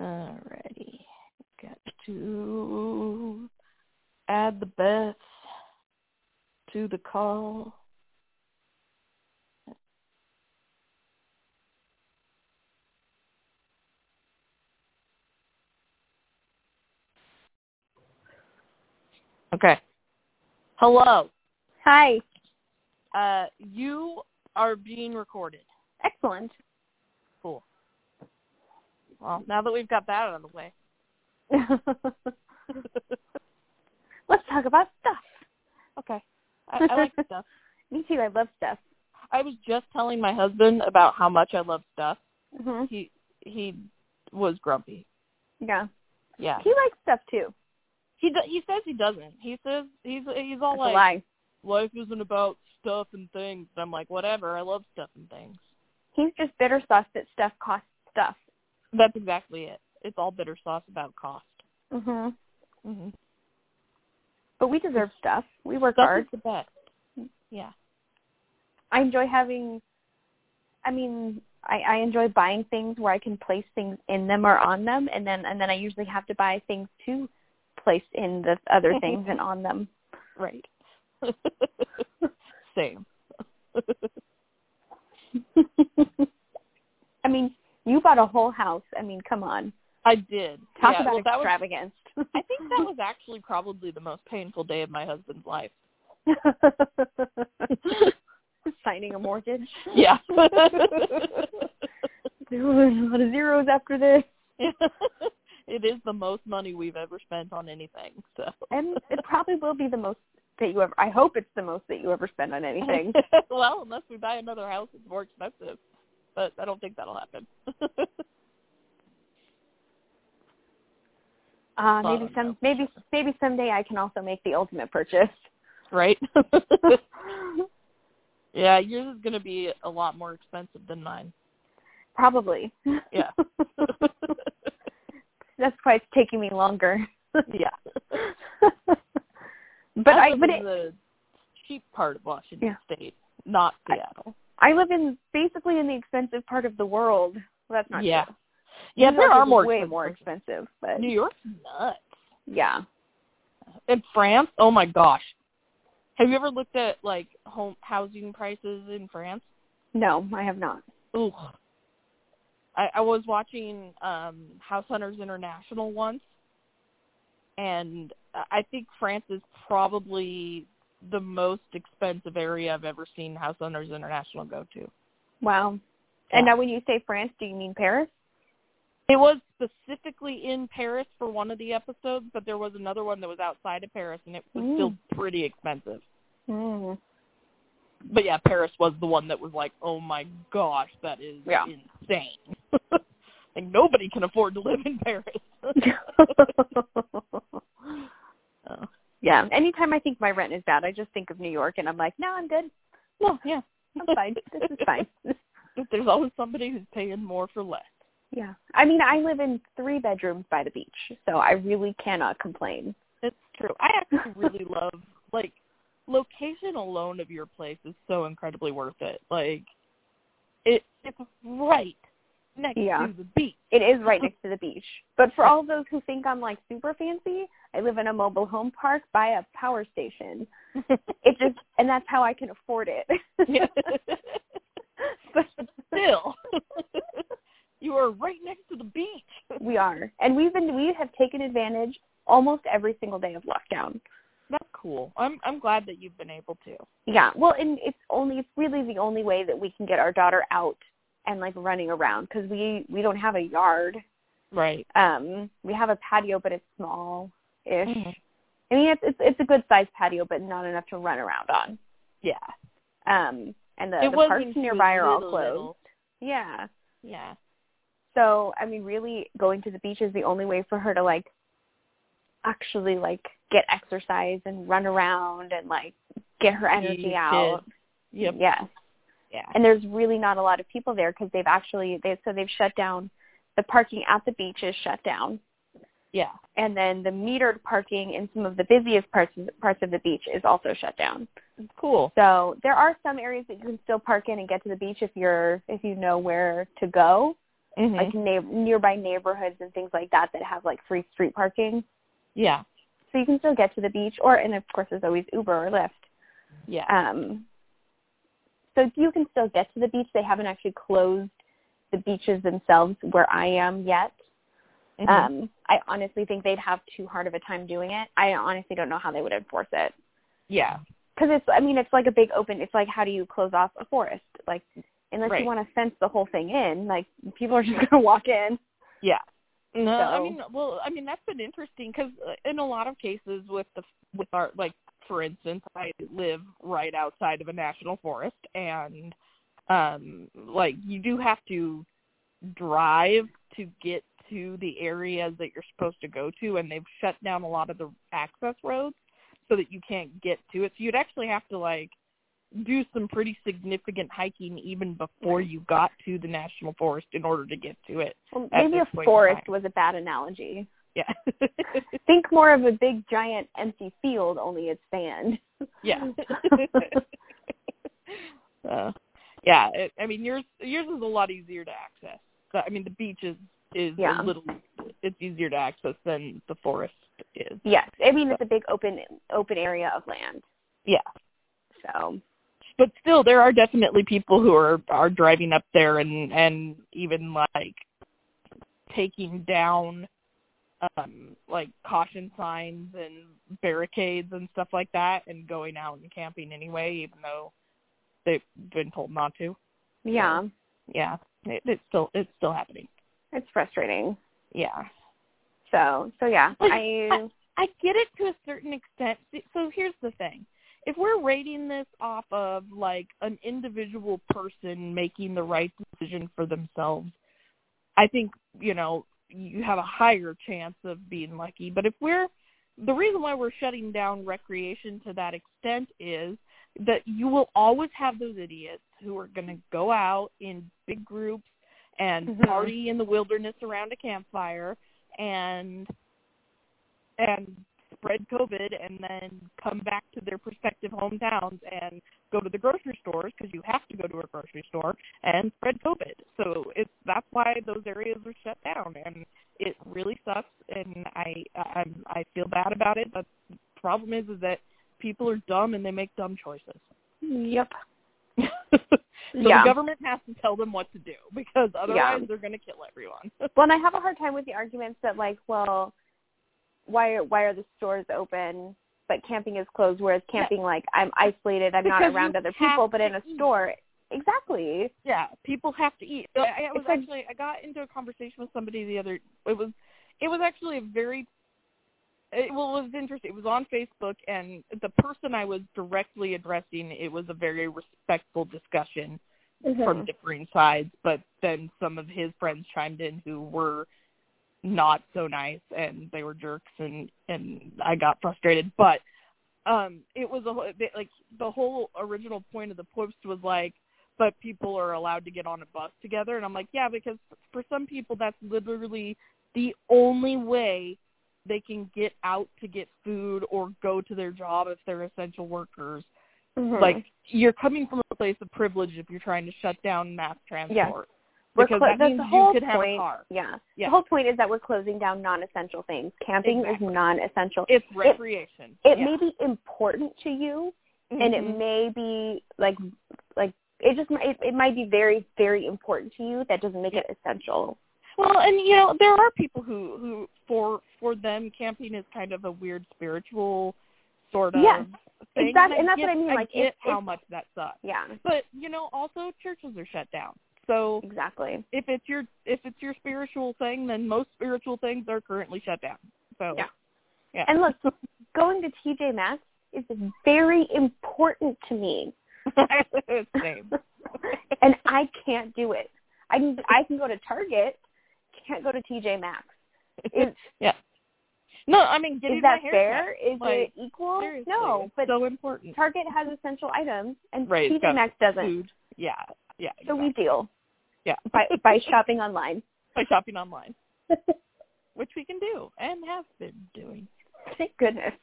Alrighty. Got to add the Beths to the call. Okay. Hello. Hi. Uh, you are being recorded. Excellent. Cool. Well, now that we've got that out of the way, Let's talk about stuff. okay. I, I like stuff. Me too. I love stuff. I was just telling my husband about how much I love stuff. hmm He he was grumpy. Yeah. Yeah. He likes stuff too. He do, he says he doesn't. He says he's he's all That's a like lie. life isn't about stuff and things. And I'm like whatever. I love stuff and things. He's just bitter sauce that stuff costs stuff. That's exactly it. It's all bitter sauce about cost. hmm Mm-hmm. But we deserve stuff. We work Stuff hard. is the best. Yeah. I enjoy having. I mean, I, I enjoy buying things where I can place things in them or on them, and then and then I usually have to buy things to place in the other things and on them. Right. Same. I mean, you bought a whole house. I mean, come on, I did. talk yeah, about well, that was, extravagance. I think that was actually probably the most painful day of my husband's life. signing a mortgage. Yeah. There were a lot of zeros after this, it is the most money we've ever spent on anything. So and it probably will be the most that you ever. I hope it's the most that you ever spend on anything. well, unless we buy another house, it's more expensive. But I don't think that'll happen. Uh, Well, maybe I some don't maybe maybe someday I can also make the ultimate purchase. right? yeah, yours is going to be a lot more expensive than mine. Probably. Yeah. That's why it's taking me longer. yeah. but I live but in it, the cheap part of Washington Yeah. State, not I- Seattle. I live in basically in the expensive part of the world. Well, that's not yeah. true. Yeah, New there York are is more way expensive more places. expensive, but New York's nuts. yeah. And France, oh my gosh. Have you ever looked at like home housing prices in France? No, I have not. Ooh. I, I was watching um House Hunters International once and I- I think France is probably the most expensive area I've ever seen House Hunters International go to. Wow. Yeah. And now when you say France, do you mean Paris? It was specifically in Paris for one of the episodes, but there was another one that was outside of Paris, and it was Mm. still pretty expensive. Mm. But yeah, Paris was the one that was like, oh my gosh, that is Yeah. insane. like nobody can afford to live in Paris. oh. yeah. Anytime I think my rent is bad, I just think of New York and I'm like, no, I'm good. No, yeah, I'm fine. This is fine. But there's always somebody who's paying more for less. Yeah. I mean, I live in three bedrooms by the beach, so I really cannot complain. It's true. I actually really love like location alone of your place is so incredibly worth it. Like it it's right next Yeah. to the beach. It is right next to the beach. But for all those who think I'm like super fancy, I live in a mobile home park by a power station. It just and that's how I can afford it. Yeah. but Still, you are right next to the beach. we are. And we've been we have taken advantage almost every single day of lockdown. That's cool. I'm I'm glad that you've been able to. Yeah. Well, and it's only it's really the only way that we can get our daughter out and like running around cuz we we don't have a yard. Right. um we have a patio but it's small ish Mm-hmm. i mean it's, it's it's a good sized patio but not enough to run around on Yeah. um and the, it the wasn't parks too nearby are all little, closed little. yeah Yeah. so i mean really going to the beach is the only way for her to like actually like get exercise and run around and like get her energy You out did. Yep. yes Yeah. and there's really not a lot of people there because they've actually they so they've shut down the parking at the beach is shut down Yeah. and then the metered parking in some of the busiest parts parts of the beach is also shut down. Cool. So there are some areas that you can still park in and get to the beach if you're if you know where to go. Mhm. like na- nearby neighborhoods and things like that that have like free street parking. yeah. So you can still get to the beach, or and of course there's always Uber or Lyft. Yeah. Um, so you can still get to the beach. They haven't actually closed the beaches themselves where I am yet. Mhm. Um, I honestly think they'd have too hard of a time doing it. I honestly don't know how they would enforce it yeah. because it's. I mean, it's like a big open. It's like how do you close off a forest? Like unless Right. you want to fence the whole thing in, like people are just gonna walk in. Yeah. No, I So- mean, well, I mean that's been interesting because in a lot of cases with the with our like for instance, I live right outside of a national forest, and um like you do have to drive to get to the areas that you're supposed to go to, and they've shut down a lot of the access roads so that you can't get to it. So you'd actually have to like do some pretty significant hiking even before you got to the national forest in order to get to it. Well, At maybe this a point in forest time. was a bad analogy. Yeah. Think more of a big giant empty field, only it's sand. yeah. uh, yeah. It, I mean, yours yours is a lot easier to access. So, I mean, the beach is is Yeah. a little it's easier to access than the forest is. Yes, I mean it's a big open open area of land. Yeah. So But still, there are definitely people who are are driving up there and and even like taking down um like caution signs and barricades and stuff like that and going out and camping anyway even though they've been told not to yeah, yeah, it, it's still it's still happening. it's frustrating. Yeah, So so yeah, Like, I I get it to a certain extent. See, So here's the thing: if we're rating this off of like an individual person making the right decision for themselves, I think you know you have a higher chance of being lucky. But if we're the reason why we're shutting down recreation to that extent is that you will always have those idiots who are going to go out in big groups and Mhm. party in the wilderness around a campfire and and spread covid and then come back to their prospective hometowns and go to the grocery stores because you have to go to a grocery store and spread covid so it's that's why those areas are shut down and it really sucks and i i I'm- i feel bad about it but the problem is is that people are dumb and they make dumb choices yep so yeah. the government has to tell them what to do because otherwise they're going to kill everyone Well, and I have a hard time with the arguments that like, well, why are why are the stores open but camping is closed? Whereas Yeah. camping, like, I'm isolated, I'm Because not around you other have people, but in to a eat. store, exactly. yeah people have to eat So i, I was It's like- actually i got into a conversation with somebody the other it was it was actually a very it, well, it was interesting. It was on Facebook, and the person I was directly addressing, it was a very respectful discussion from Mm-hmm. Um, differing sides, but then some of his friends chimed in who were not so nice and they were jerks and and I got frustrated but um it was a whole- they- like the whole original point of the post was like but people are allowed to get on a bus together and I'm like yeah because for some people that's literally the only way they can get out to get food or go to their job if they're essential workers Mhm. like you're coming from a place of privilege if you're trying to shut down mass transport. We're Because clo- that that's means the you whole could have a point. car. Yeah. Yeah. The whole point is that we're closing down non-essential things. Camping Exactly. is non-essential. It's recreation. it yeah. may be important to you, and it Mhm. may be like like it just it, it might be very very important to you. That doesn't make it essential. well, and you know there are people who who for for them camping is kind of a weird spiritual sort of Yes. thing. Exactly. And I that's what get- I mean, like, I get it's- how it's- much that sucks, Yeah. but you know also churches are shut down. So Exactly. if it's your if it's your spiritual thing, then most spiritual things are currently shut down. So Yeah. yeah. And look, going to TJ Maxx is very important to me, same. and I can't do it. I can I can go to Target, can't go to TJ Maxx. Is yeah. No, I mean getting is my that hair fair? Is like, it equal? Seriously, No, it's but so important. Target has essential items, and Right, it's TJ got Maxx doesn't. Food. Yeah. Yeah. So we exactly. deal yeah. by by shopping online. by shopping online, which we can do and have been doing. Thank goodness.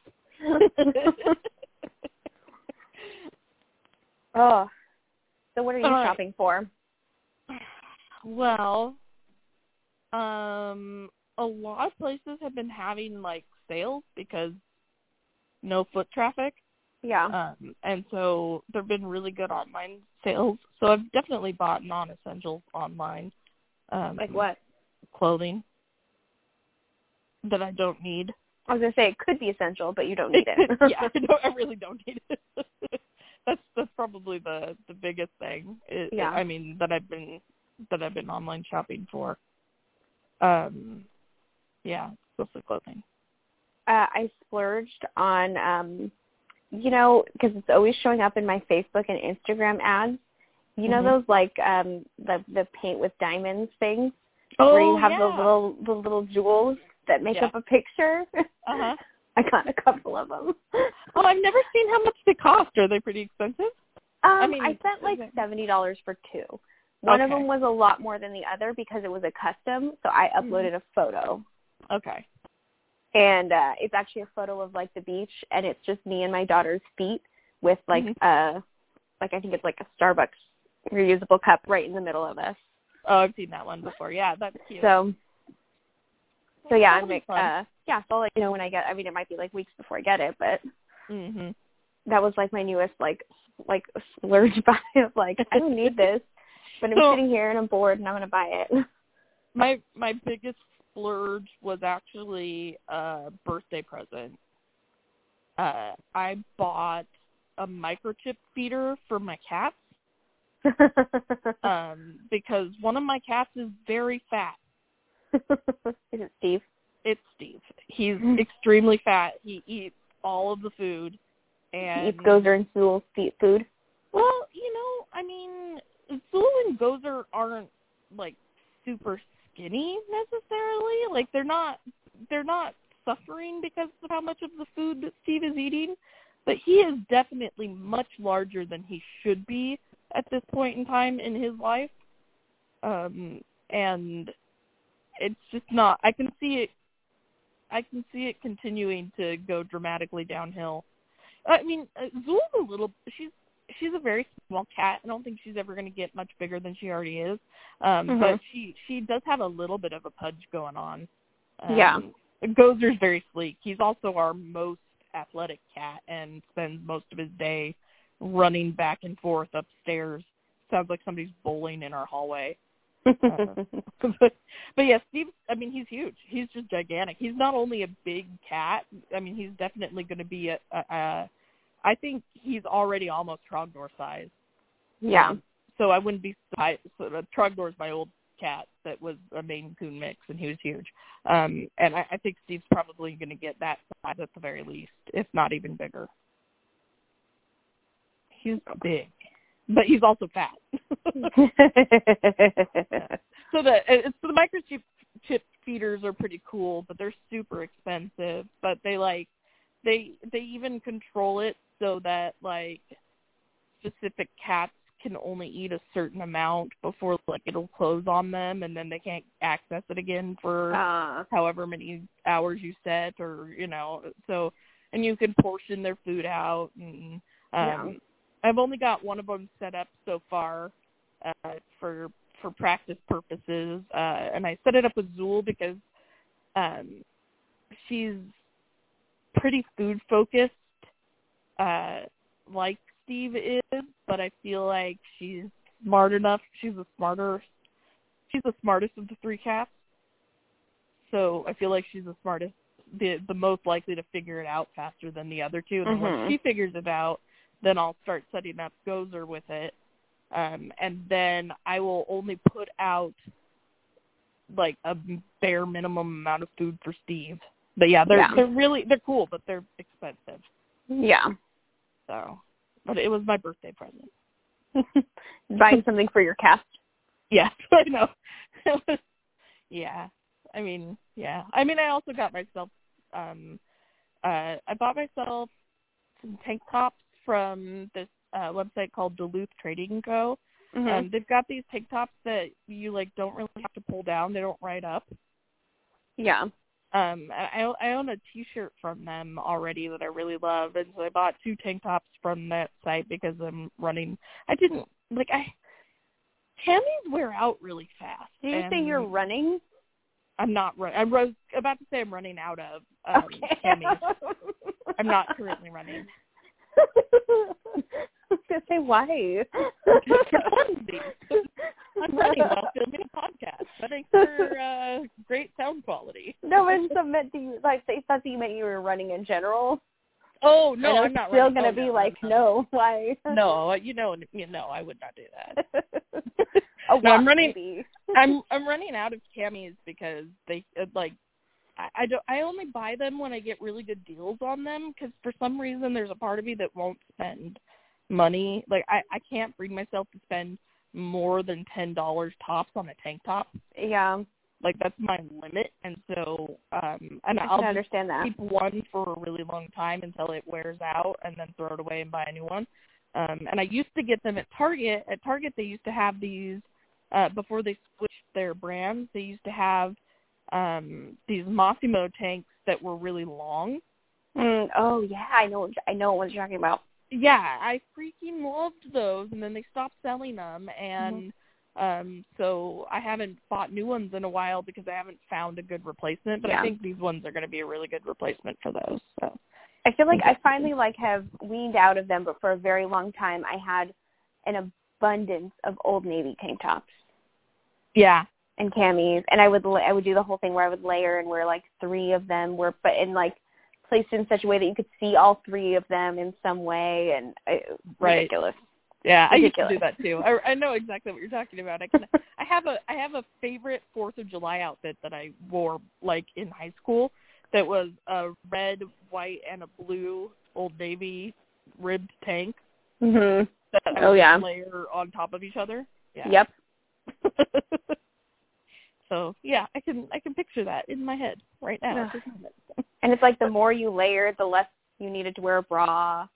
oh, so what are you Oh. All right. shopping for? well, Um, a lot of places have been having like sales because no foot traffic. Yeah. Um, and so there have been really good online sales. So I've definitely bought non-essentials online. Um, like what? Clothing that I don't need. I was gonna say it could be essential, but you don't need it. yeah, no, I really don't need it. that's that's probably the the biggest thing. It, Yeah. I mean that I've been that I've been online shopping for. Um, yeah, mostly clothing. uh, I splurged on, um, you know, because it's always showing up in my Facebook and Instagram ads. You know Mhm. those like um, the the paint with diamonds things where you have the little the little jewels that make Oh, Yeah. up a picture. Uh-huh. I got a couple of them. Oh, I've never seen how much they cost. Are they pretty expensive? Um, I I, mean, spent like okay. seventy dollars for two. One of Okay. them was a lot more than the other because it was a custom, so I Mm-hmm. uploaded a photo. Okay. and uh it's actually a photo of like the beach and it's just me and my daughter's feet with like Mhm. uh like I think it's like a Starbucks reusable cup right in the middle of us. Oh, I've seen that one before. Yeah, that's cute. So so yeah, That'll I'm be like fun. uh yeah, so I'll let you know when I get I mean it might be like weeks before I get it, but Mhm. that was like my newest like s- like splurge buy of like I don't need this. But I'm So- sitting here and I'm bored and I'm gonna buy it. My my biggest splurge was actually a birthday present. Uh, I bought a microchip feeder for my cats um, because one of my cats is very fat. Is it Steve? It's Steve. He's extremely fat. He eats all of the food, and Eats Gozer and Sewell's feet food. Well, you know, I mean, Zool and Gozer aren't like super skinny necessarily. Like they're not they're not suffering because of how much of the food that Steve is eating, but he is definitely much larger than he should be at this point in time in his life. Um and it's just not I can see it I can see it continuing to go dramatically downhill. I mean, uh, Zool's a little she's she's a very small cat. I don't think she's ever going to get much bigger than she already is. Um Mhm. but she she does have a little bit of a pudge going on. Um, Yeah. Gozer's very sleek. He's also our most athletic cat and spends most of his day running back and forth upstairs. Sounds like somebody's bowling in our hallway. but, but yeah, Steve. I mean, he's huge. He's just gigantic. He's not only a big cat. I mean, he's definitely going to be a, a, a. I think he's already almost Trognor size. yeah. Um, So I wouldn't be surprised. So the Trognor is my old cat that was a Maine Coon mix, and he was huge. Um, and I, I think Steve's probably going to get that size at the very least, if not even bigger. He's big, but he's also fat. so the uh, so the microchip chip feeders are pretty cool, but they're super expensive. But they like they they even control it so that like specific cats can only eat a certain amount before like it'll close on them, and then they can't access it again for uh, however many hours you set or you know so and you can portion their food out and um i've only got one of them set up so far uh for for practice purposes uh and i set it up with zool because um she's pretty food focused uh like steve is but i feel like she's smart enough she's the smarter she's the smartest of the three cats so I feel like she's the smartest, the the most likely to figure it out faster than the other two. And then Mhm. once she figures it out, then I'll start setting up Gozer with it, um, and then I will only put out like a bare minimum amount of food for Steve. But yeah, they're Yeah. they're really they're cool, but they're expensive. yeah. So, but it was my birthday present. Buying something for your cast. Yes, I know. yeah. I mean, yeah. I mean, I also got myself um uh I bought myself some tank tops from this uh website called Duluth Trading Co. Mm-hmm. Um they've got these tank tops that you like don't really have to pull down. They don't ride up. yeah. Um I I own a t-shirt from them already that I really love and so I bought two tank tops from that site because I'm running I didn't like I Tammy's wear out really fast. Did you say you're and- running? I'm not run. I was about to say I'm running out of um, okay. Emmys. I'm not currently running. I was gonna say why. I'm running while filming a podcast. But thanks for uh, great sound quality. No, but it's meant that you like it's not that you meant you were running in general. Oh and no, I'm I'm not still running. gonna Oh, be no, like, I'm not. no, why? No, you know, you know, I would not do that. A No, I'm walk, running- maybe. I'm I'm running out of camis because they uh, like I, I don't I only buy them when I get really good deals on them because for some reason there's a part of me that won't spend money like I I can't bring myself to spend more than ten dollars tops on a tank top Yeah, like that's my limit and so um and I can I'll just understand that. keep one for a really long time until it wears out and then throw it away and buy a new one. Um, and I used to get them at Target. At Target, they used to have these uh, before they switched their brands. They used to have um, these Massimo tanks that were really long. Mm, oh yeah, I know. what- I know what you're talking about. Yeah, I freaking loved those, and then they stopped selling them, and um, so I haven't bought new ones in a while because I haven't found a good replacement. But Yeah. I think these ones are going to be a really good replacement for those. So I feel like I finally like have weaned out of them, but for a very long time I had an abundance of old navy tank tops yeah, and camis, and I would la- I would do the whole thing where I would layer and wear like three of them were but in like placed in such a way that you could see all three of them in some way, and it, Right. ridiculous. Yeah, I used Ridiculous. to do that too. I, I know exactly what you're talking about. I can, I have a I have a favorite Fourth of July outfit that I wore like in high school that was a red, white, and a blue Old Navy ribbed tank Mhm. that I Oh, would yeah. layer on top of each other. Yeah. Yep. so yeah, I can I can picture that in my head right now. at this moment. And it's like the more you layered, the less you needed to wear a bra.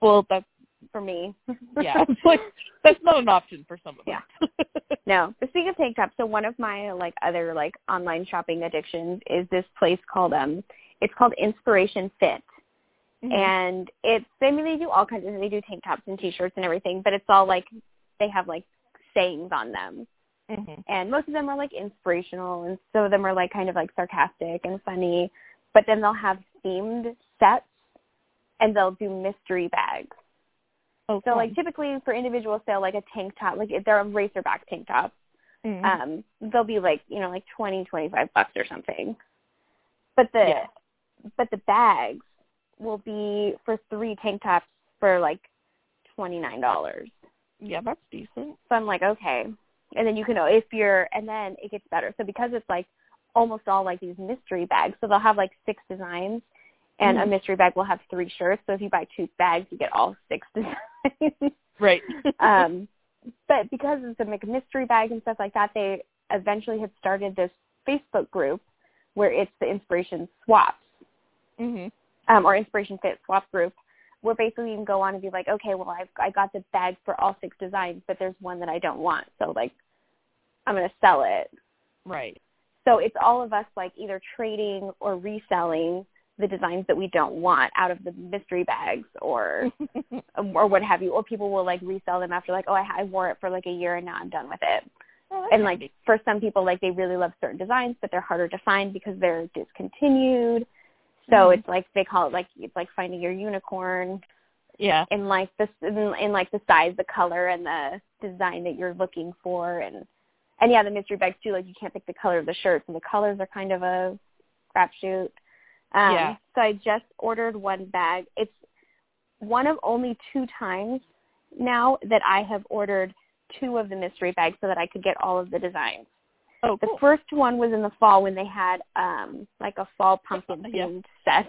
well, that's For me, yeah, it's like that's not an option for some of Yeah. us. No. But speaking of tank tops, so one of my like other like online shopping addictions is this place called um it's called Inspiration Fit. Mm-hmm. And it's I mean they do all kinds of they do tank tops and T shirts and everything, but it's all like they have like sayings on them. Mhm. And most of them are like inspirational and some of them are like kind of like sarcastic and funny. But then they'll have themed sets and they'll do mystery bags. oh, So fun. like typically for individual sale, like a tank top, like if they're a racerback tank top, Mhm. um they'll be like you know like twenty twenty five bucks or something but the Yeah. but the bags will be for three tank tops for like twenty nine dollars yeah, that's decent. so i'm like okay and then you can if you're and then it gets better so because it's like almost all like these mystery bags so they'll have like six designs and Mhm. a mystery bag will have three shirts so if you buy two bags you get all six designs Right. um, but because it's a McMystery bag and stuff like that, they eventually had started this Facebook group where it's the Inspiration Swaps mhm. um, or Inspiration Fit Swap group, where basically you can go on and be like, okay, well, I've, I got the bag for all six designs, but there's one that I don't want, so like I'm gonna sell it. Right. So it's all of us like either trading or reselling the designs that we don't want out of the mystery bags or um, or what have you, or people will like resell them after like, oh, I, I wore it for like a year and now I'm done with it. And like for some people, like they really love certain designs, but they're harder to find because they're discontinued. So Mhm. it's like they call it like it's like finding your unicorn yeah. in like this in, in like the size, the color, and the design that you're looking for, and and yeah, the mystery bags too. Like you can't pick the color of the shirts, and the colors are kind of a crapshoot. Um, Yeah. So I just ordered one bag. It's one of only two times now that I have ordered two of the mystery bags so that I could get all of the designs. Oh, The cool. first one was in the fall when they had um like a fall pumpkin Yeah. themed set.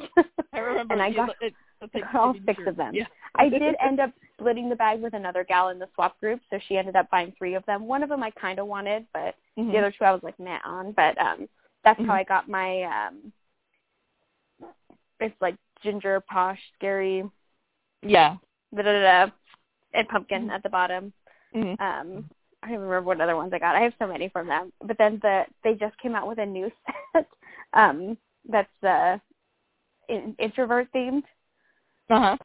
I remember. and I you got looked at- at the all kitty six shirt. of them. Yeah. I did end up splitting the bag with another gal in the swap group, so she ended up buying three of them. One of them I kind of wanted, but Mhm. the other two I was like meh on. But um, that's how I got my um, it's like ginger, posh, scary, Yeah. da da da, da, and pumpkin at the bottom. Mhm. Um, I don't even remember what other ones I got. I have so many from them. But then the they just came out with a new set. um, that's the in, introvert themed. Uh-huh.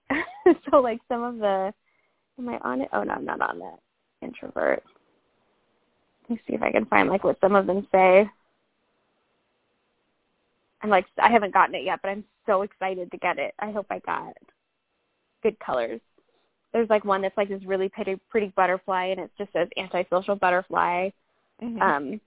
so like some of the am I on it? Oh no, I'm not on that. Introvert. Let me see if I can find like what some of them say. I'm like I haven't gotten it yet, but I'm so excited to get it. I hope I got good colors. There's like one that's like this really pretty pretty butterfly and it just says antisocial butterfly. Mhm. Um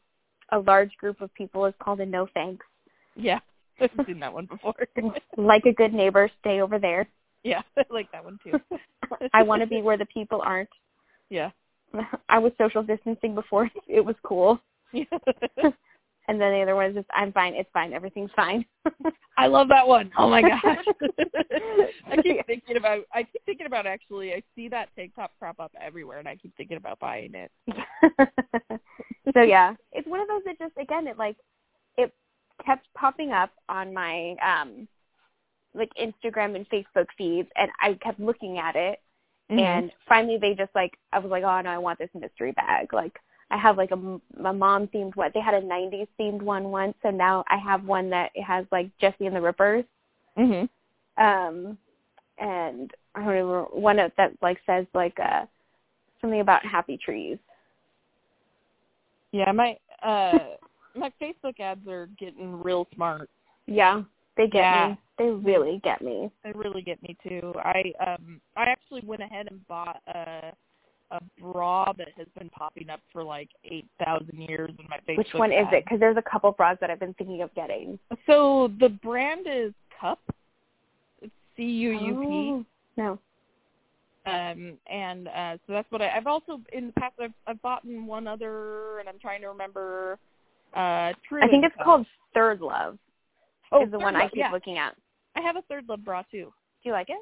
a large group of people is called a no thanks. yeah, I've seen that one before. like a good neighbor, stay over there. yeah, I like that one too. I want to be where the people aren't. Yeah. I was social distancing before it was cool. Yeah. And then the other one is just I'm fine, it's fine, everything's fine. I love that one. Oh my gosh. I keep thinking about I keep thinking about actually I see that tank top crop up everywhere and I keep thinking about buying it. so yeah, it's one of those that just again it like it kept popping up on my um like Instagram and Facebook feeds, and I kept looking at it, Mm-hmm. and finally they just like I was like, oh no, I want this mystery bag. Like I have like a, m- a mom themed one. They had a '90s themed one once, so now I have one that it has like Jesse and the Rippers hmm um and I don't remember one of that like says like uh something about happy trees. Yeah, my uh my Facebook ads are getting real smart. Yeah. They get Yeah. me. They really get me. They really get me too. I um I actually went ahead and bought a a bra that has been popping up for like eight thousand years in my Facebook. Which one is ads. it? Because there's a couple bras that I've been thinking of getting. So the brand is Cup. It's C U U P. Oh, No. um and uh so that's what I, i've also in the past i've i've bought in one other and i'm trying to remember uh true I think it's Income. called Third Love. oh is the Third one I Love, keep yeah. looking at. i have a third love bra too Do you like it?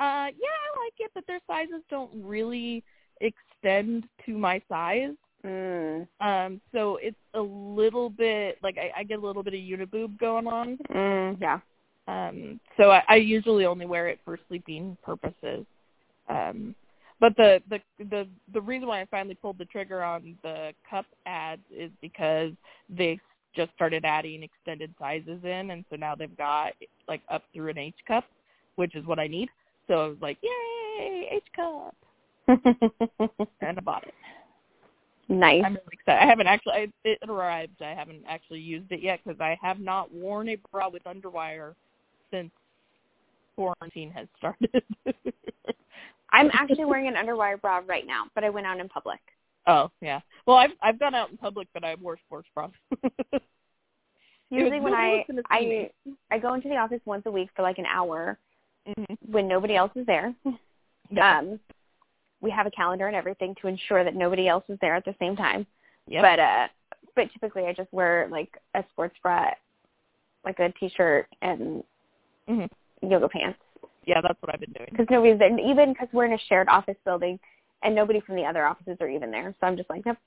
uh yeah i like it but their sizes don't really extend to my size Mm. um so it's a little bit like i, I get a little bit of uniboob going on Mm, yeah. um so I, I usually only wear it for sleeping purposes um but the, the the the reason why I finally pulled the trigger on the cup ads is because they just started adding extended sizes in and so now they've got like up through an H cup, which is what I need. So I was like, Yay, H cup and I bought it. nice. I'm really excited. I haven't actually I, it arrived. I haven't actually used it yet because I have not worn a bra with underwire since quarantine has started. I'm actually wearing an underwire bra right now, but I went out in public. oh yeah. Well, I've I've gone out in public, but I wore sports bras. Usually when nobody I was gonna see I me. I go into the office once a week for like an hour Mhm. when nobody else is there. Yeah. Um, we have a calendar and everything to ensure that nobody else is there at the same time. Yep. But uh, but typically I just wear like a sports bra, like a t-shirt and Mhm. yoga pants yeah, that's what I've been doing. because nobody's there. And even because we're in a shared office building and nobody from the other offices are even there, so I'm just like, nope.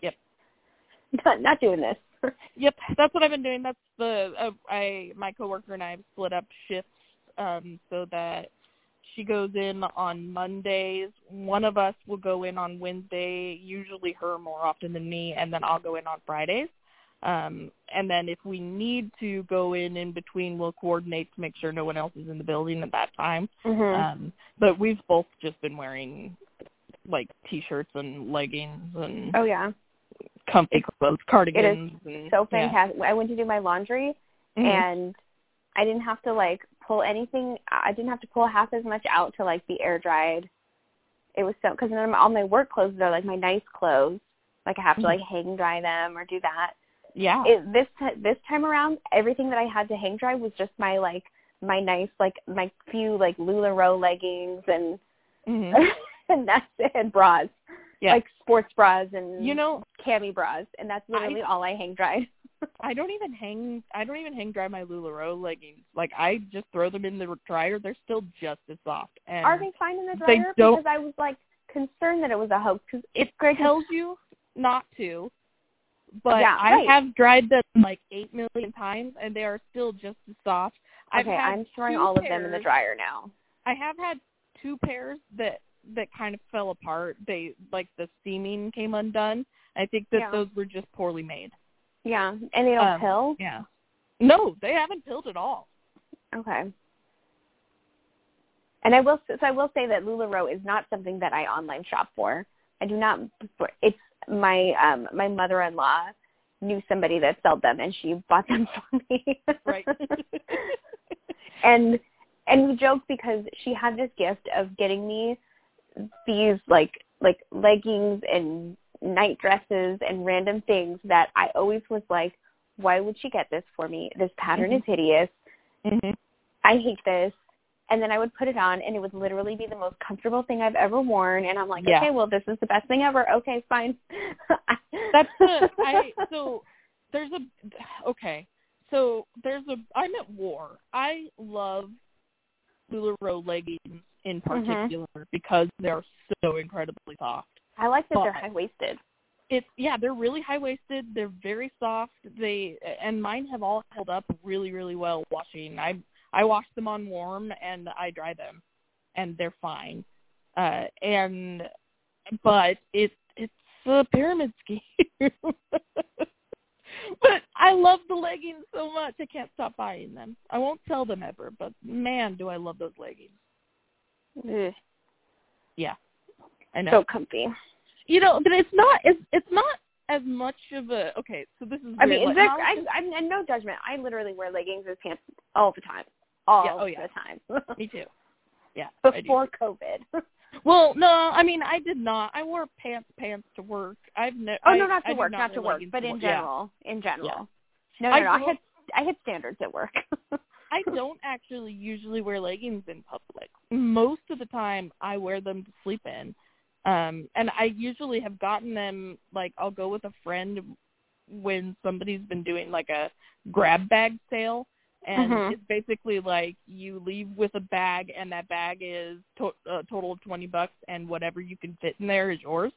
Yep. Not not doing this. Yep, that's what I've been doing. That's the uh, I my coworker and I have split up shifts um so that she goes in on Mondays. One of us will go in on Wednesday, usually her more often than me, and then I'll go in on Fridays. Um and then if we need to go in in between, we'll coordinate to make sure no one else is in the building at that time. Mhm. Um, but we've both just been wearing like t-shirts and leggings and oh yeah, comfy clothes, cardigans. and, so yeah. fantastic. I went to do my laundry Mhm. and I didn't have to like pull anything. I didn't have to pull half as much out to like be air dried. It was so because then all my work clothes though, like my nice clothes, like I have to like Mm-hmm. hang dry them or do that. yeah, It, this ti- this time around, everything that I had to hang dry was just my like my nice like my few like Lularoe leggings and Mhm. and that's it and bras yeah. like mm. sports bras and you know, cami bras and that's literally all I hang dried. I don't even hang. I don't even hang dry my Lularoe leggings. Like I just throw them in the dryer. They're still just as soft. And Are they fine in the They dryer? don't- Because I was like concerned that it was a hoax. Cause it Greg, tells you not to. But Yeah, I right. have dried them like eight million times, and they are still just as soft. I've okay, had I'm throwing two all of them in the pairs- dryer now. I have had two pairs that that kind of fell apart. They like the seaming came undone. I think that Yeah. those were just poorly made. Yeah, and they don't Um, pill. Yeah. No, they haven't pilled at all. Okay. And I will s- so I will say that Lularoe is not something that I online shop for. I do not. It's my um my mother-in-law knew somebody that sold them and she bought them for me. Right. and and we joked because she had this gift of getting me these like like leggings and night dresses and random things that I always was like, why would she get this for me? This pattern is hideous. Mhm. I hate this. And then I would put it on and it would literally be the most comfortable thing I've ever worn. And I'm like, Yeah. okay, well, this is the best thing ever. Okay, fine. That's the I so there's a okay. So there's a I'm at war. I love LuLaRoe leggings in particular because they're so incredibly soft. I like that they're but- high-waisted. It's yeah, they're really high waisted. They're very soft. They and mine have all held up really really well washing. I I wash them on warm and I dry them, and they're fine. Uh, and but it it's a pyramid scheme. but I love the leggings so much. I can't stop buying them. I won't sell them ever, but man, do I love those leggings. Ugh, I know. So comfy. you know, but it's not it's it's not as much of a okay. So this is I weird, mean, like, there, Molly I, just- I, I, no judgment. I literally wear leggings as pants all the time, all Yeah, oh, yeah. the time. me too. Yeah, I do. Before COVID. oh Well, no, I mean I did not. I wore pants pants to work. I've never. Oh, no, not to work, not, not wear to work, leggings but to in work. Yeah. general, in general. No, I Oh, no, no. I will- had I had standards at work. I don't actually usually wear leggings in public. Most of the time, I wear them to sleep in, um, and I usually have gotten them. Like I'll go with a friend when somebody's been doing like a grab bag sale, and Mhm. it's basically like you leave with a bag, and that bag is to- a total of twenty bucks, and whatever you can fit in there is yours.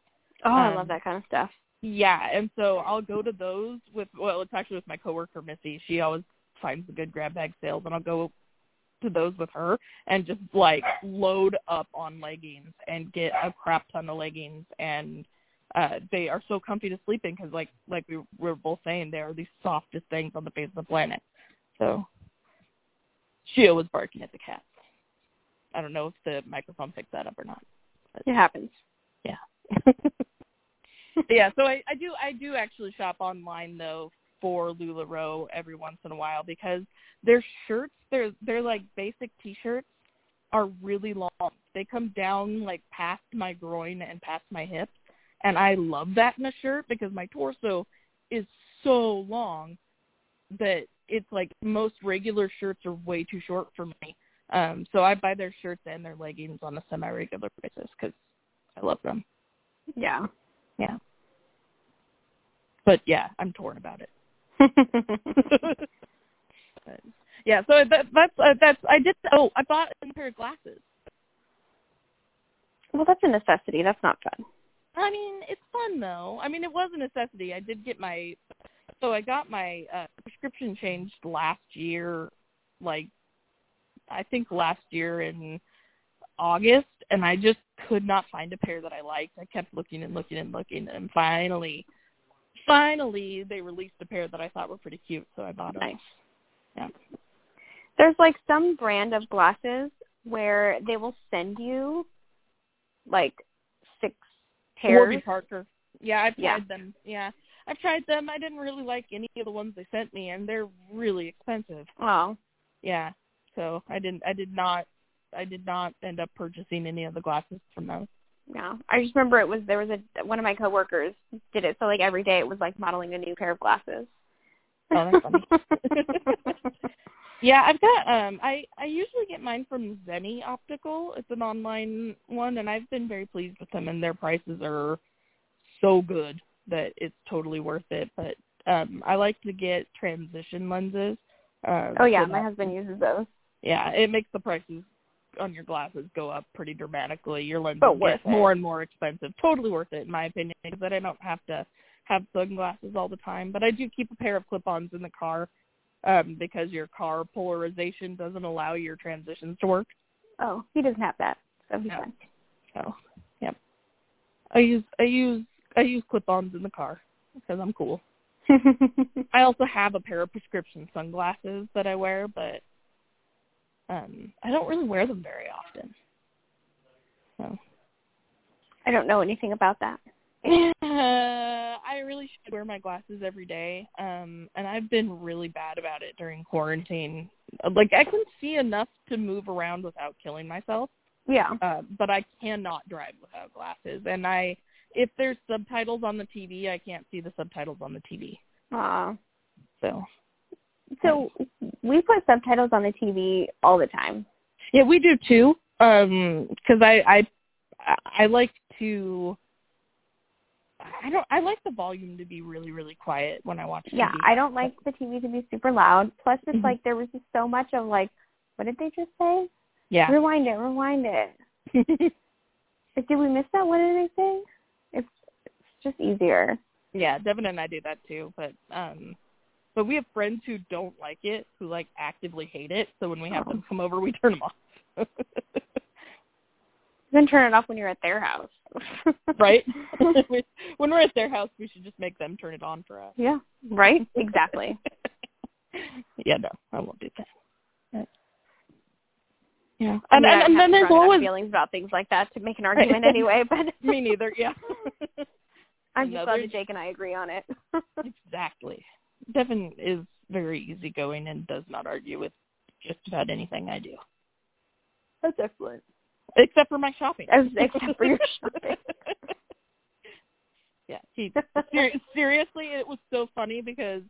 oh, I Um, love that kind of stuff. Yeah, and so I'll go to those with well, it's actually with my coworker Missy. She always finds the good grab bag sales, and I'll go to those with her and just like load up on leggings and get a crap ton of leggings, and uh they are so comfy to sleep in because like like we were both saying, they are the softest things on the face of the planet. So she was barking at the cat. I don't know if the microphone picked that up or not. It happens. yeah, so I, I do I do actually shop online though for LuLaRoe every once in a while because their shirts, their their like basic t-shirts are really long. They come down like past my groin and past my hips, and I love that in a shirt because my torso is so long that it's like most regular shirts are way too short for me. Um, so I buy their shirts and their leggings on a semi-regular basis because I love them. Yeah. Yeah. But yeah, I'm torn about it. But, yeah, so that, that's uh, that's I did. Oh, I bought a pair of glasses. well, that's a necessity. That's not fun. I mean, it's fun though. I mean, it was a necessity. I did get my, so I got my uh, prescription changed last year, like I think last year in August, and I just could not find a pair that I liked. I kept looking and looking and looking, and finally, finally, they released a pair that I thought were pretty cute, so I bought them. Nice. Yeah. There's like some brand of glasses where they will send you like six Warby pairs. Parker. Yeah, I've tried Yeah. them. Yeah, I've tried them. I didn't really like any of the ones they sent me, and they're really expensive. Oh, Yeah, so I didn't. I did not. I did not end up purchasing any of the glasses from them. No, I just remember it was there was a one of my coworkers did it so like every day it was like modeling a new pair of glasses. Oh, that's funny. Yeah, I've got. Um, I I usually get mine from Zenny Optical. It's an online one, and I've been very pleased with them, and their prices are so good that it's totally worth it. But um, I like to get transition lenses. Um, oh yeah, so my that- husband uses those, Yeah, it makes the prices on your glasses go up pretty dramatically. Your lenses But Oh, worth get it. more and more expensive. Totally worth it, in my opinion, because then I don't have to have sunglasses all the time. But I do keep a pair of clip-ons in the car um, because your car polarization doesn't allow your transitions to work. Oh, he doesn't have that, so he's No. fine. So, yep. I use I use I use clip-ons in the car because I'm cool. I also have a pair of prescription sunglasses that I wear, but um, I don't really wear them very often. I don't know anything about that. Uh, I really should wear my glasses every day. Um and I've been really bad about it during quarantine. Like I can see enough to move around without killing myself, Yeah. uh but I cannot drive without glasses and I if there's subtitles on the TV, I can't see the subtitles on the TV. Uh, So so we put subtitles on the TV all the time. Yeah, we do too. Um, because I I I like to. I don't. I like the volume to be really really quiet when I watch. TV. Yeah, I don't like the TV to be super loud. Plus, it's Mhm. like there was just so much of like, what did they just say? Yeah. Rewind it, rewind it. Like, did we miss that? What did they say? It's, it's just easier. yeah, Devin and I do that too, but um. But we have friends who don't like it, who like actively hate it. So when we have Oh. them come over, we turn them off. You can turn it off when you're at their house. right? We- when we're at their house, we should just make them turn it on for us. yeah. Right? Exactly. yeah, no, I won't do that. But- yeah, I and mean, and, I and have then there's strong enough always feelings about things like that to make an Right. argument anyway, but Me neither. Yeah. I'm just glad Another- that Jake and I agree on it. exactly. Devin is very easygoing and does not argue with just about anything I do, That's excellent. except for my shopping. Except for your shopping. yeah. He ser- seriously, it was so funny because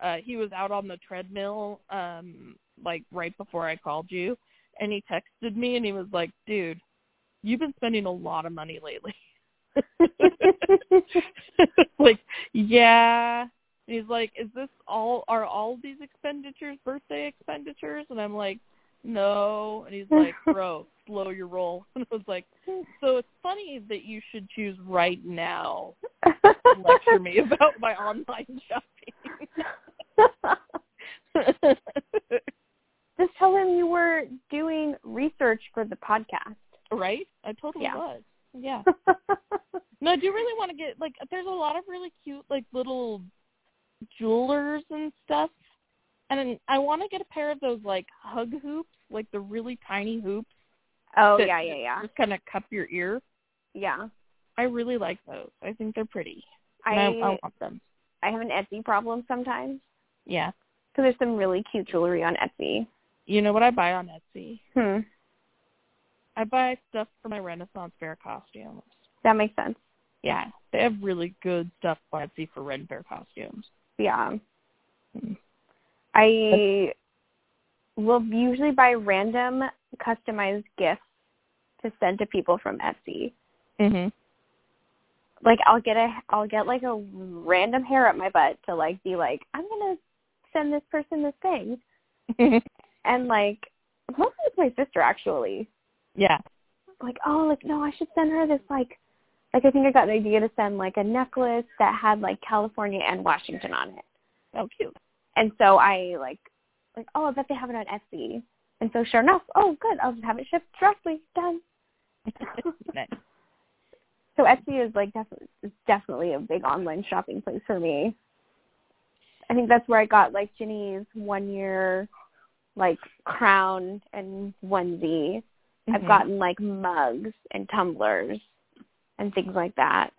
uh he was out on the treadmill um like right before I called you and he texted me and he was like, "Dude, you've been spending a lot of money lately." like, yeah. And he's like, "Is this all? Are all these expenditures birthday expenditures?" And I'm like, "No." And he's like, "Bro, slow your roll." And I was like, "So it's funny that you should choose right now to lecture me about my online Just shopping." tell them you were doing research for the podcast. right? I totally Yeah. was. Yeah. No, I do really want to get like there's a lot of really cute like little jewelers and stuff. And I want to get a pair of those like hug hoops, like the really tiny hoops. oh that yeah, yeah, yeah, Just kind of cup your ear. yeah. I really like those. I think they're pretty. And I, I I want them. I have an Etsy problem sometimes Yeah. because there's some really cute jewelry on Etsy. You know what I buy on Etsy? Hmm, I buy stuff for my Renaissance Fair costumes. that makes sense. Yeah, they have really good stuff on Etsy for Ren Fair costumes. Yeah. Hmm. I will usually buy random customized gifts to send to people from Etsy. Mm-hmm. Mhm. Like I'll get a I'll get like a random hair up my butt to like be like I'm gonna send this person this thing and like mostly it's my sister actually yeah. like oh like no I should send her this like like I think I got an idea to send like a necklace that had like California and Washington on it Oh, cute. and so I like like oh I bet they have it on Etsy and so sure enough oh good I'll just have it shipped directly done nice. So Etsy is like definitely is definitely a big online shopping place for me. I think that's where I got like Ginny's one year like crown and onesie. I've Mhm. gotten like mugs and tumblers and things like that.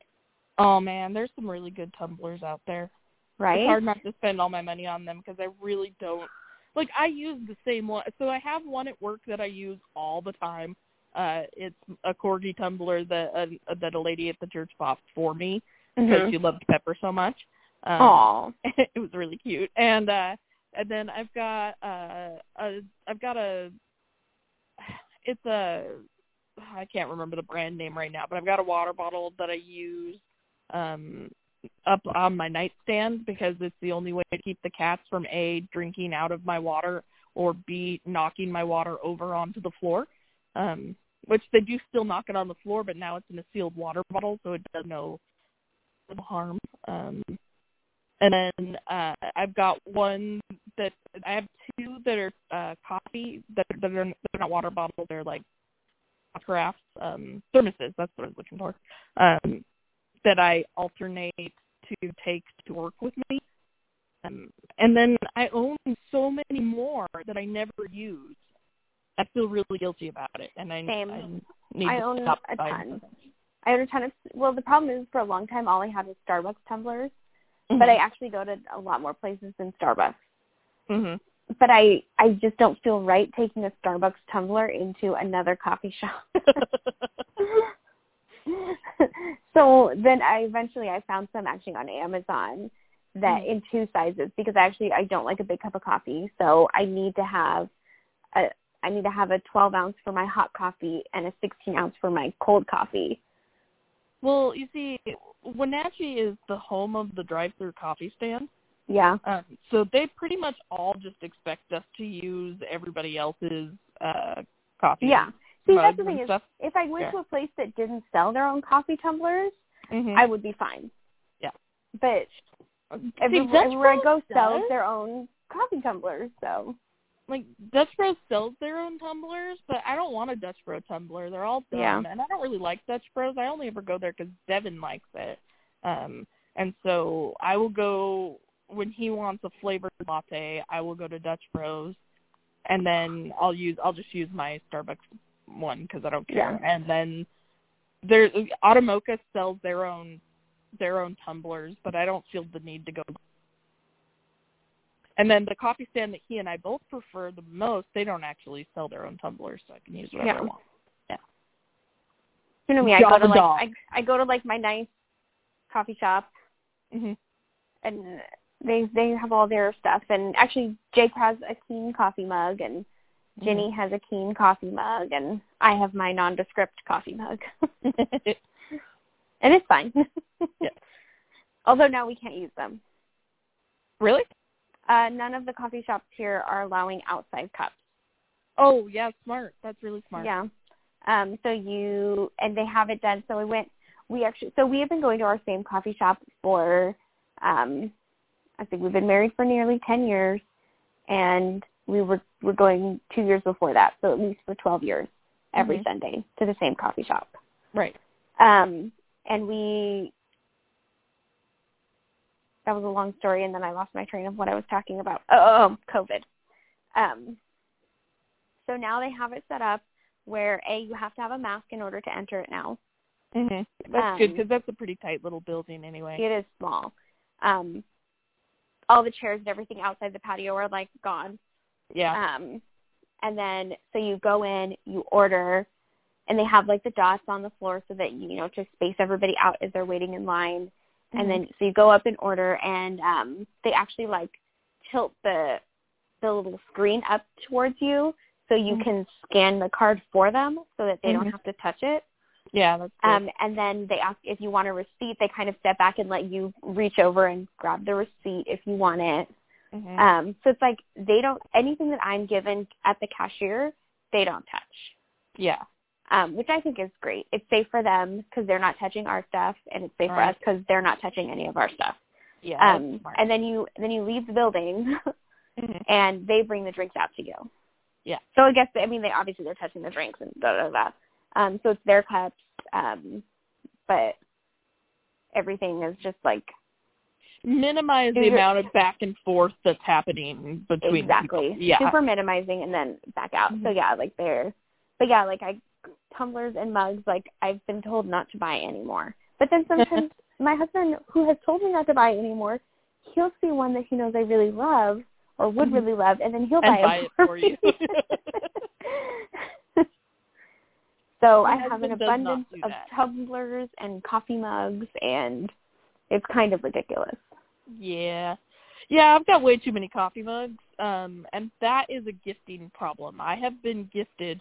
Oh man, there's some really good tumblers out there. Right? It's hard not to spend all my money on them because I really don't like. I use the same one, so I have one at work that I use all the time. Uh, it's a corgi tumbler that uh, that a lady at the church bought for me because Mhm. she loved pepper so much. Um, Aw. it was really cute. And uh and then I've got uh a I've got a it's a I can't remember the brand name right now, but I've got a water bottle that I use um up on my nightstand because it's the only way to keep the cats from A drinking out of my water or B knocking my water over onto the floor. Um which they do still knock it on the floor, but now it's in a sealed water bottle so it does no no harm. Um and then uh I've got one that I have two that are uh coffee that that are they're not water bottles, they're like crafts, um thermoses, that's what I was looking for. Um that I alternate to take to work with me. Um, and then I own so many more that I never use. I feel really guilty about it and I, Same. I need I to own stop a buying ton. them. I ordered a ton of. Well, the problem is for a long time all I had was Starbucks tumblers, Mm-hmm. but I actually go to a lot more places than Starbucks. hmm But I I just don't feel right taking a Starbucks tumbler into another coffee shop. Mm-hmm. so then I eventually I found some actually on Amazon that Mhm. in two sizes because actually I don't like a big cup of coffee, so I need to have a I need to have a 12 ounce for my hot coffee and a 16 ounce for my cold coffee. well, you see, Wenatchee is the home of the drive-through coffee stand, Yeah. um, so they pretty much all just expect us to use everybody else's uh, coffee. Yeah. See, mugs that's the thing and is, stuff. if I went Yeah. to a place that didn't sell their own coffee tumblers, Mhm. I would be fine. Yeah. But See, everywhere, Dutch everywhere I Bros go sells does. their own coffee tumblers, so like Dutch Bros sells their own tumblers, but I don't want a Dutch Bro tumbler. They're all dumb, Yeah. and I don't really like Dutch Bros. I only ever go there because Devin likes it, um, and so I will go when he wants a flavored latte. I will go to Dutch Bros, and then I'll use I'll just use my Starbucks one because I don't care. And then there Automoka sells their own their own tumblers, but I don't feel the need to go and then the coffee stand that he and I both prefer the most, they don't actually sell their own tumblers, so I can use whatever I Yeah. want. you know me, I go Java to like doll. I, I go to like my nice coffee shop hmm and they they have all their stuff and actually Jake has a keen coffee mug and Mm. Jenny has a keen coffee mug and I have my nondescript coffee mug. and it's fine. Yeah. Although now we can't use them. really? Uh none of the coffee shops here are allowing outside cups. Oh yeah, smart. That's really smart. Yeah. Um, so you and they have it done. So we went. We actually. So we have been going to our same coffee shop for. Um, I think we've been married for nearly ten years, and we were were going two years before that. So at least for twelve years, every Mhm. Sunday to the same coffee shop. Right. Um, and we. That was a long story, and then I lost my train of what I was talking about. Oh, oh, oh COVID. Um, so now they have it set up where a you have to have a mask in order to enter it now. hmm That's good Um, because that's a pretty tight little building anyway. It is small. Um, all the chairs and everything outside the patio are like gone. Yeah. Um, and then so you go in, you order, and they have like the dots on the floor so that you know to space everybody out as they're waiting in line. Mm-hmm. And then so you go up and order, and um, they actually like tilt the the little screen up towards you so you Mhm. can scan the card for them so that they Mhm. don't have to touch it. yeah, that's good. Um, and then they ask if you want a receipt. They kind of step back and let you reach over and grab the receipt if you want it. Mhm. Um, so it's like they don't anything that I'm given at the cashier, they don't touch, yeah. um, which I think is great. It's safe for them because they're not touching our stuff, and it's safe for Right. us because they're not touching any of our stuff. Yeah. that's Um, smart. and then you then you leave the building, Mhm. and they bring the drinks out to you. Yeah. So I guess I mean they obviously they're touching the drinks and da da da. Um, so it's their cups, um, but everything is just like minimize the You're- amount of back and forth that's happening between exactly people. Yeah. super minimizing and then back out. So Mhm. yeah, like they're but yeah, like I tumblers and mugs like I've been told not to buy anymore. But then sometimes my husband who has told me not to buy anymore, he'll see one that he knows I really love or would Mhm. really love and then he'll And buy, buy it for me. you. so My I have an husband does not abundance do of that. tumblers and coffee mugs and it's kind of ridiculous. Yeah. Yeah, I've got way too many coffee mugs. Um and that is a gifting problem. I have been gifted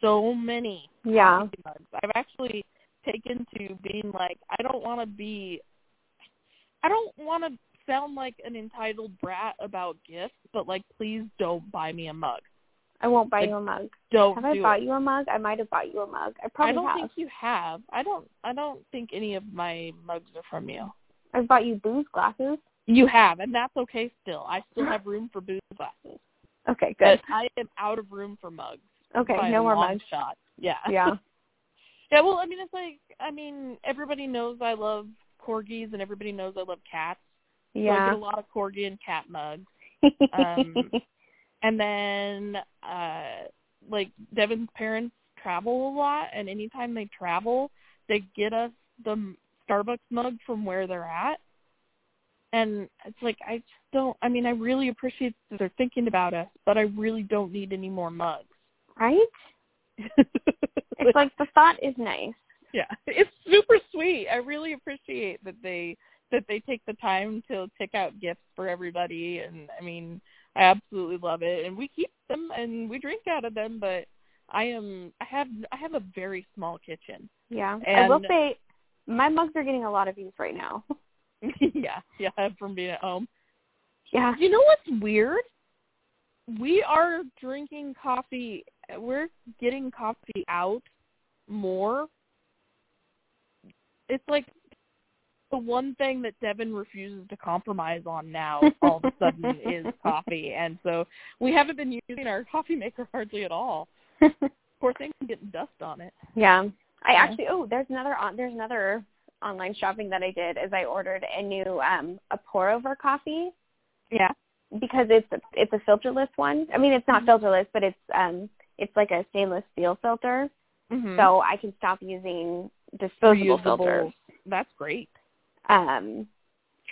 so many Yeah. coffee mugs. I've actually taken to being like I don't want to be I don't want to sound like an entitled brat about gifts, but like please don't buy me a mug. I won't buy Like, you a mug. Don't Have I do bought it. you a mug? I might have bought you a mug. I probably I Oh, don't have. think you have. I don't I don't think any of my mugs are from you. I've bought you booze glasses. You have, and that's okay still. I still have room for booze glasses. Okay, But good. I am out of room for mugs. by okay, a no more long mugs. shot. Yeah. Yeah. yeah, well, I mean, it's like, I mean, everybody knows I love corgis and everybody knows I love cats. So I Yeah. get a lot of corgi and cat mugs. Um, And then, uh, like, Devin's parents travel a lot, and anytime they travel, to get us the Starbucks mug from where they're at. And it's like I just don't. I mean, I really appreciate that they're thinking about us, but I really don't need any more mugs. Right? It's like the thought is nice. yeah, it's super sweet. I really appreciate that they that they take the time to pick out gifts for everybody, and I mean, I absolutely love it. And we keep them and we drink out of them, but I am I have I have a very small kitchen. Yeah. I will And- say my mugs are getting a lot of use right now. yeah, yeah, from being at home. Yeah. You know what's weird? We are drinking coffee. We're getting coffee out more. It's like the one thing that Devin refuses to compromise on now all of a sudden is coffee. And so we haven't been using our coffee maker hardly at all. Poor thing getting dust on it. yeah. I Yeah. actually oh, there's another on there's another online shopping that I did is I ordered a new um a pour over coffee Yeah. because it's a, it's a filterless one. I mean, it's not Mm-hmm. filterless, but it's um it's like a stainless steel filter, hmm so I can stop using disposable filters. That's great. Um,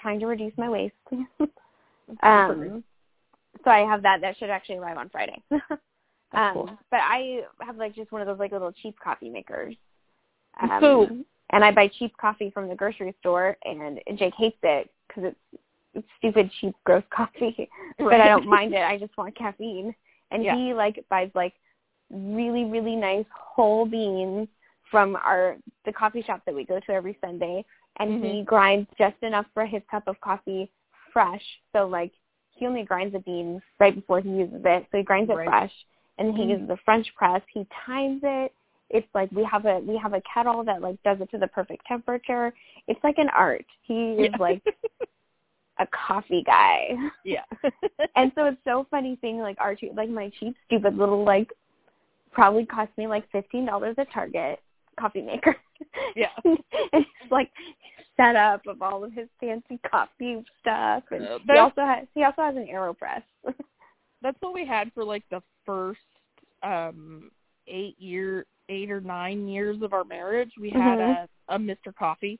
trying to reduce my waste. That's super um, so I have that. That should actually arrive on Friday. um, cool. but I have like just one of those like little cheap coffee makers. Um, So- and I buy cheap coffee from the grocery store, and Jake hates it because it's, it's stupid cheap gross coffee. But I Right. don't mind it. I just want caffeine. And Yeah. he like buys like really really nice whole beans from our the coffee shop that we go to every Sunday, and he Mhm. grinds just enough for his cup of coffee fresh. So like he only grinds a bean right before he uses it. So he grinds it Right. fresh, and he Mhm. uses a French press. He times it. It's like we have a we have a kettle that like does it to the perfect temperature. It's like an art. He is Yeah. like a coffee guy. yeah. And so it's so funny seeing like our cheap, like my cheap, stupid little like probably cost me like fifteen dollars at Target coffee maker. Yeah. and it's like set up of all of his fancy coffee stuff, and Uh, he that's- also has he also has an Aeropress. that's what we had for like the first um eight year eight or nine years of our marriage we had Mhm. a a mr coffee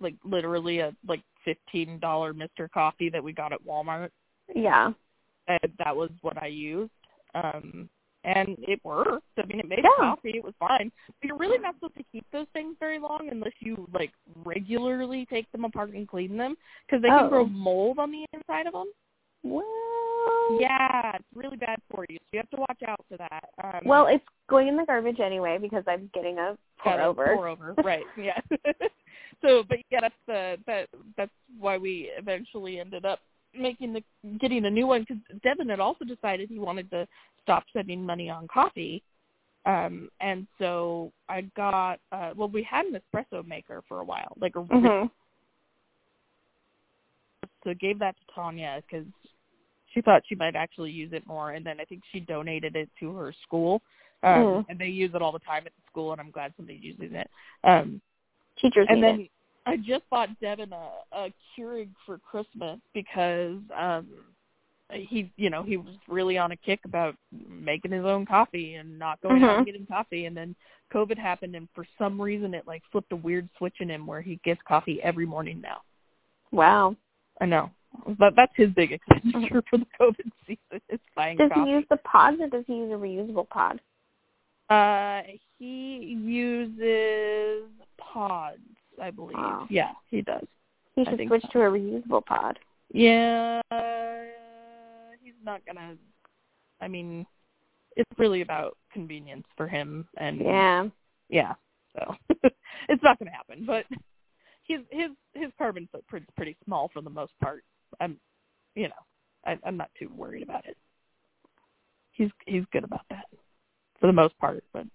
like literally a like fifteen dollar mr coffee that we got at walmart yeah, and that was what i used um and it worked i mean it made Yeah. coffee it was fine but you're really not supposed to keep those things very long unless you like regularly take them apart and clean them because they Oh. can grow mold on the inside of them well, Um, yeah, it's really bad for you. So you have to watch out for that. Um, Well, it's going in the garbage anyway because I'm getting a pour yeah, over. Pour over, right? Yeah. so, but yeah, that's the that that's why we eventually ended up making the getting a new one because Devin had also decided he wanted to stop spending money on coffee. Um, and so I got uh well we had an espresso maker for a while, like a Mhm. so gave that to Tanya because she thought she might actually use it more, and then I think she donated it to her school, um, Mhm. and they use it all the time at the school, and I'm glad somebody's using it. Um, Teachers and need then it. I just bought Devin a, a Keurig for Christmas because um, he, you know, he was really on a kick about making his own coffee and not going out Mhm. and getting coffee, and then COVID happened, and for some reason it like flipped a weird switch in him where he gets coffee every morning now. Wow. I know. But that's his big expenditure for the COVID season is buying Mm-hmm. Does he coffee. use the pods or does he use a reusable pod? uh he uses pods, I believe. Wow. Yeah, he does. He I should think switch so. to a reusable pod. Yeah he's not gonna I mean it's really about convenience for him and Yeah. yeah. So it's not gonna happen, but his his his carbon footprint's pretty small for the most part. I'm you know, I I'm not too worried about it. He's he's good about that. For the most part, but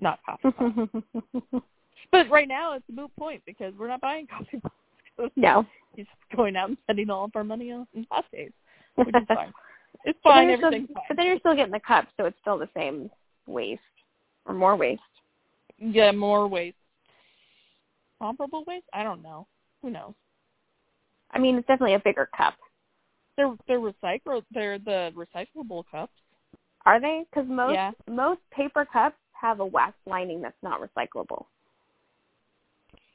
not coffee. pots. but right now it's a moot point because we're not buying coffee pots. no. He's going out and spending all of our money on lattes, which is fine. It's fine, then you're still- everything's fine. But then you're still getting the cup, so it's still the same waste or more waste. Yeah, more waste. Comparable waste? I don't know. Who knows? I mean, it's definitely a bigger cup. They're they're recycle they're the recyclable cups. Are they? Because most Yeah. most paper cups have a wax lining that's not recyclable.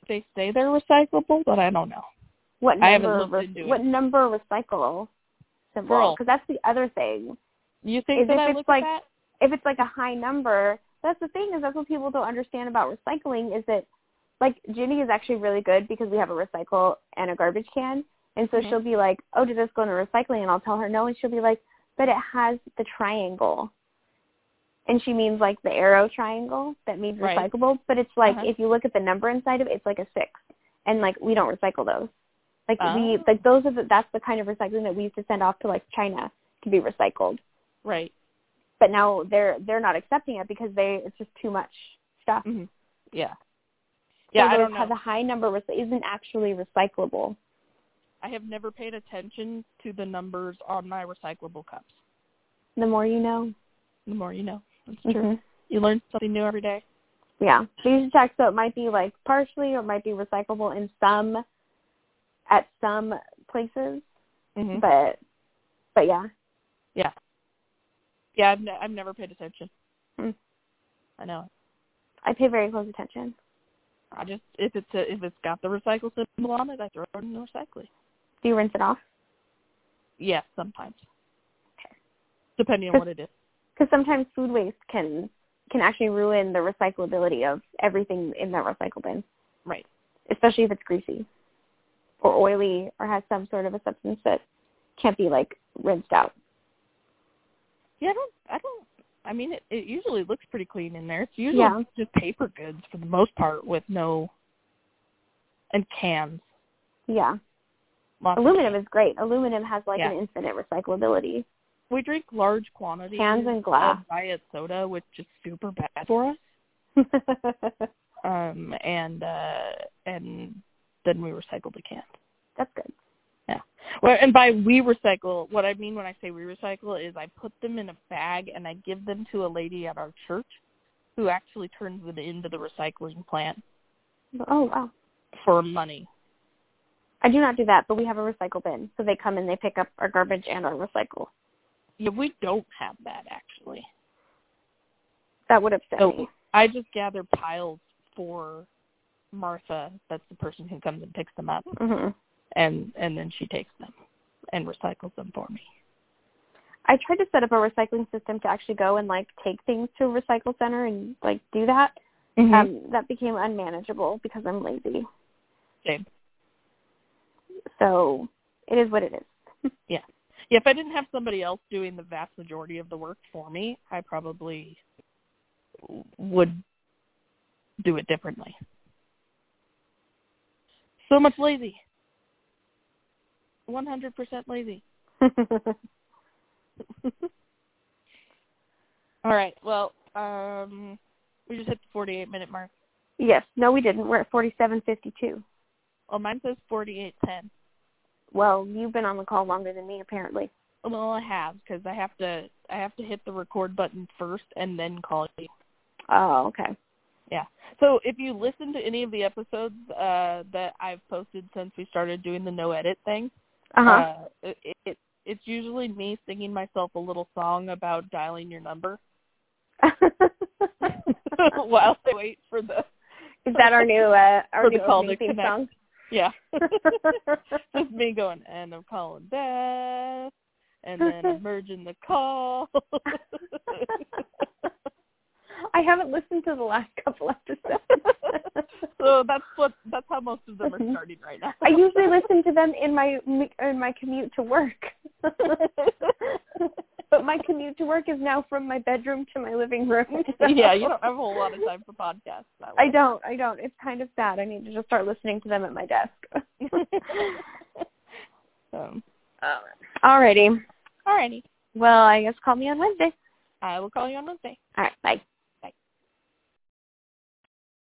they say they're recyclable, but I don't know. What I haven't number? looked re- into it. what number recycle symbol? Girl. Because that's the other thing. You think Is that if I it's look like- at that? If it's like a high number, that's the thing is that's what people don't understand about recycling is that like Ginny is actually really good because we have a recycle and a garbage can, and so Mhm. she'll be like, "Oh, did this go into recycling?" And I'll tell her no, and she'll be like, "But it has the triangle." And she means like the arrow triangle that means Right. recyclable, but it's like Uh-huh. if you look at the number inside of it, it's like a six, and like we don't recycle those. Like we Oh. like those are the, that's the kind of recycling that we used to send off to like China to be recycled. Right. But now they're they're not accepting it because they it's just too much stuff. hmm Yeah. Yeah, so I those don't know. have the high number rec- isn't actually recyclable. I have never paid attention to the numbers on my recyclable cups. The more you know. The more you know. That's true. Mhm. You learn something new every day. Yeah. So you should check so it might be like partially or it might be recyclable in some at some places. Mm-hmm. But but yeah. yeah. Yeah, I've, ne- I've never paid attention. Hmm. I know. I pay very close attention. I just if it's a, if it's got the recycle symbol on it, I throw it in the recycling. Do you rinse it off? Yeah, sometimes. Depending on Cause- what it is. Because sometimes food waste can can actually ruin the recyclability of everything in that recycle bin. Right. especially if it's greasy or oily or has some sort of a substance that can't be like rinsed out. Yeah, I don't. I don't. I mean, it, it usually looks pretty clean in there. It's usually Yeah. just paper goods for the most part, with no and cans. Yeah. Lots of Aluminum cans. is great. Aluminum has like Yeah. an infinite recyclability. We drink large quantities Cans and glass. of diet soda, which is super bad for us. That's Um, and uh, and then we recycle the cans. good. Well, and by we recycle, what I mean when I say we recycle is I put them in a bag and I give them to a lady at our church who actually turns them into the recycling plant Oh wow. for money. I do not do that, but we have a recycle bin. So they come and they pick up our garbage and our recycle. Yeah, we don't have that actually. That would upset So me. I just gather piles for Martha. That's the person who comes and picks them up, hmm and and then she takes them and recycles them for me. I tried to set up a recycling system to actually go and like take things to a recycle center and like do that. Mm-hmm. Um, that became unmanageable because I'm lazy. Same. So it is what it is. Yeah, if I didn't have somebody else doing the vast majority of the work for me, I probably would do it differently. So much lazy. 100% lazy. All right. Well, um we just hit the 48 minute mark. yes. No, we didn't. We're at forty-seven fifty-two. Oh, mine says 4810. Well, you've been on the call longer than me, apparently. Well, I have because I have to I have to hit the record button first and then call you. Oh, okay. So if you listen to any of the episodes uh, that I've posted since we started doing the no edit thing, Uh-huh. uh, it, it it's usually me singing myself a little song about dialing your number Uh, while I wait for the is that our new uh, our For the new call to opening theme connect. song? yeah. Just me going, and I'm calling Beth, and then I'm merging the call. I haven't listened to the last couple episodes. so that's what that's how most of them are starting right now. I usually listen to them in my in my commute to work. but my commute to work is now from my bedroom to my living room. yeah, you don't have a whole lot of time for podcasts. That I don't. I don't. It's kind of sad. I need to just start listening to them at my desk. so, Alrighty. alrighty, Well, I guess call me on Wednesday. I will call you on Wednesday. All right. Bye.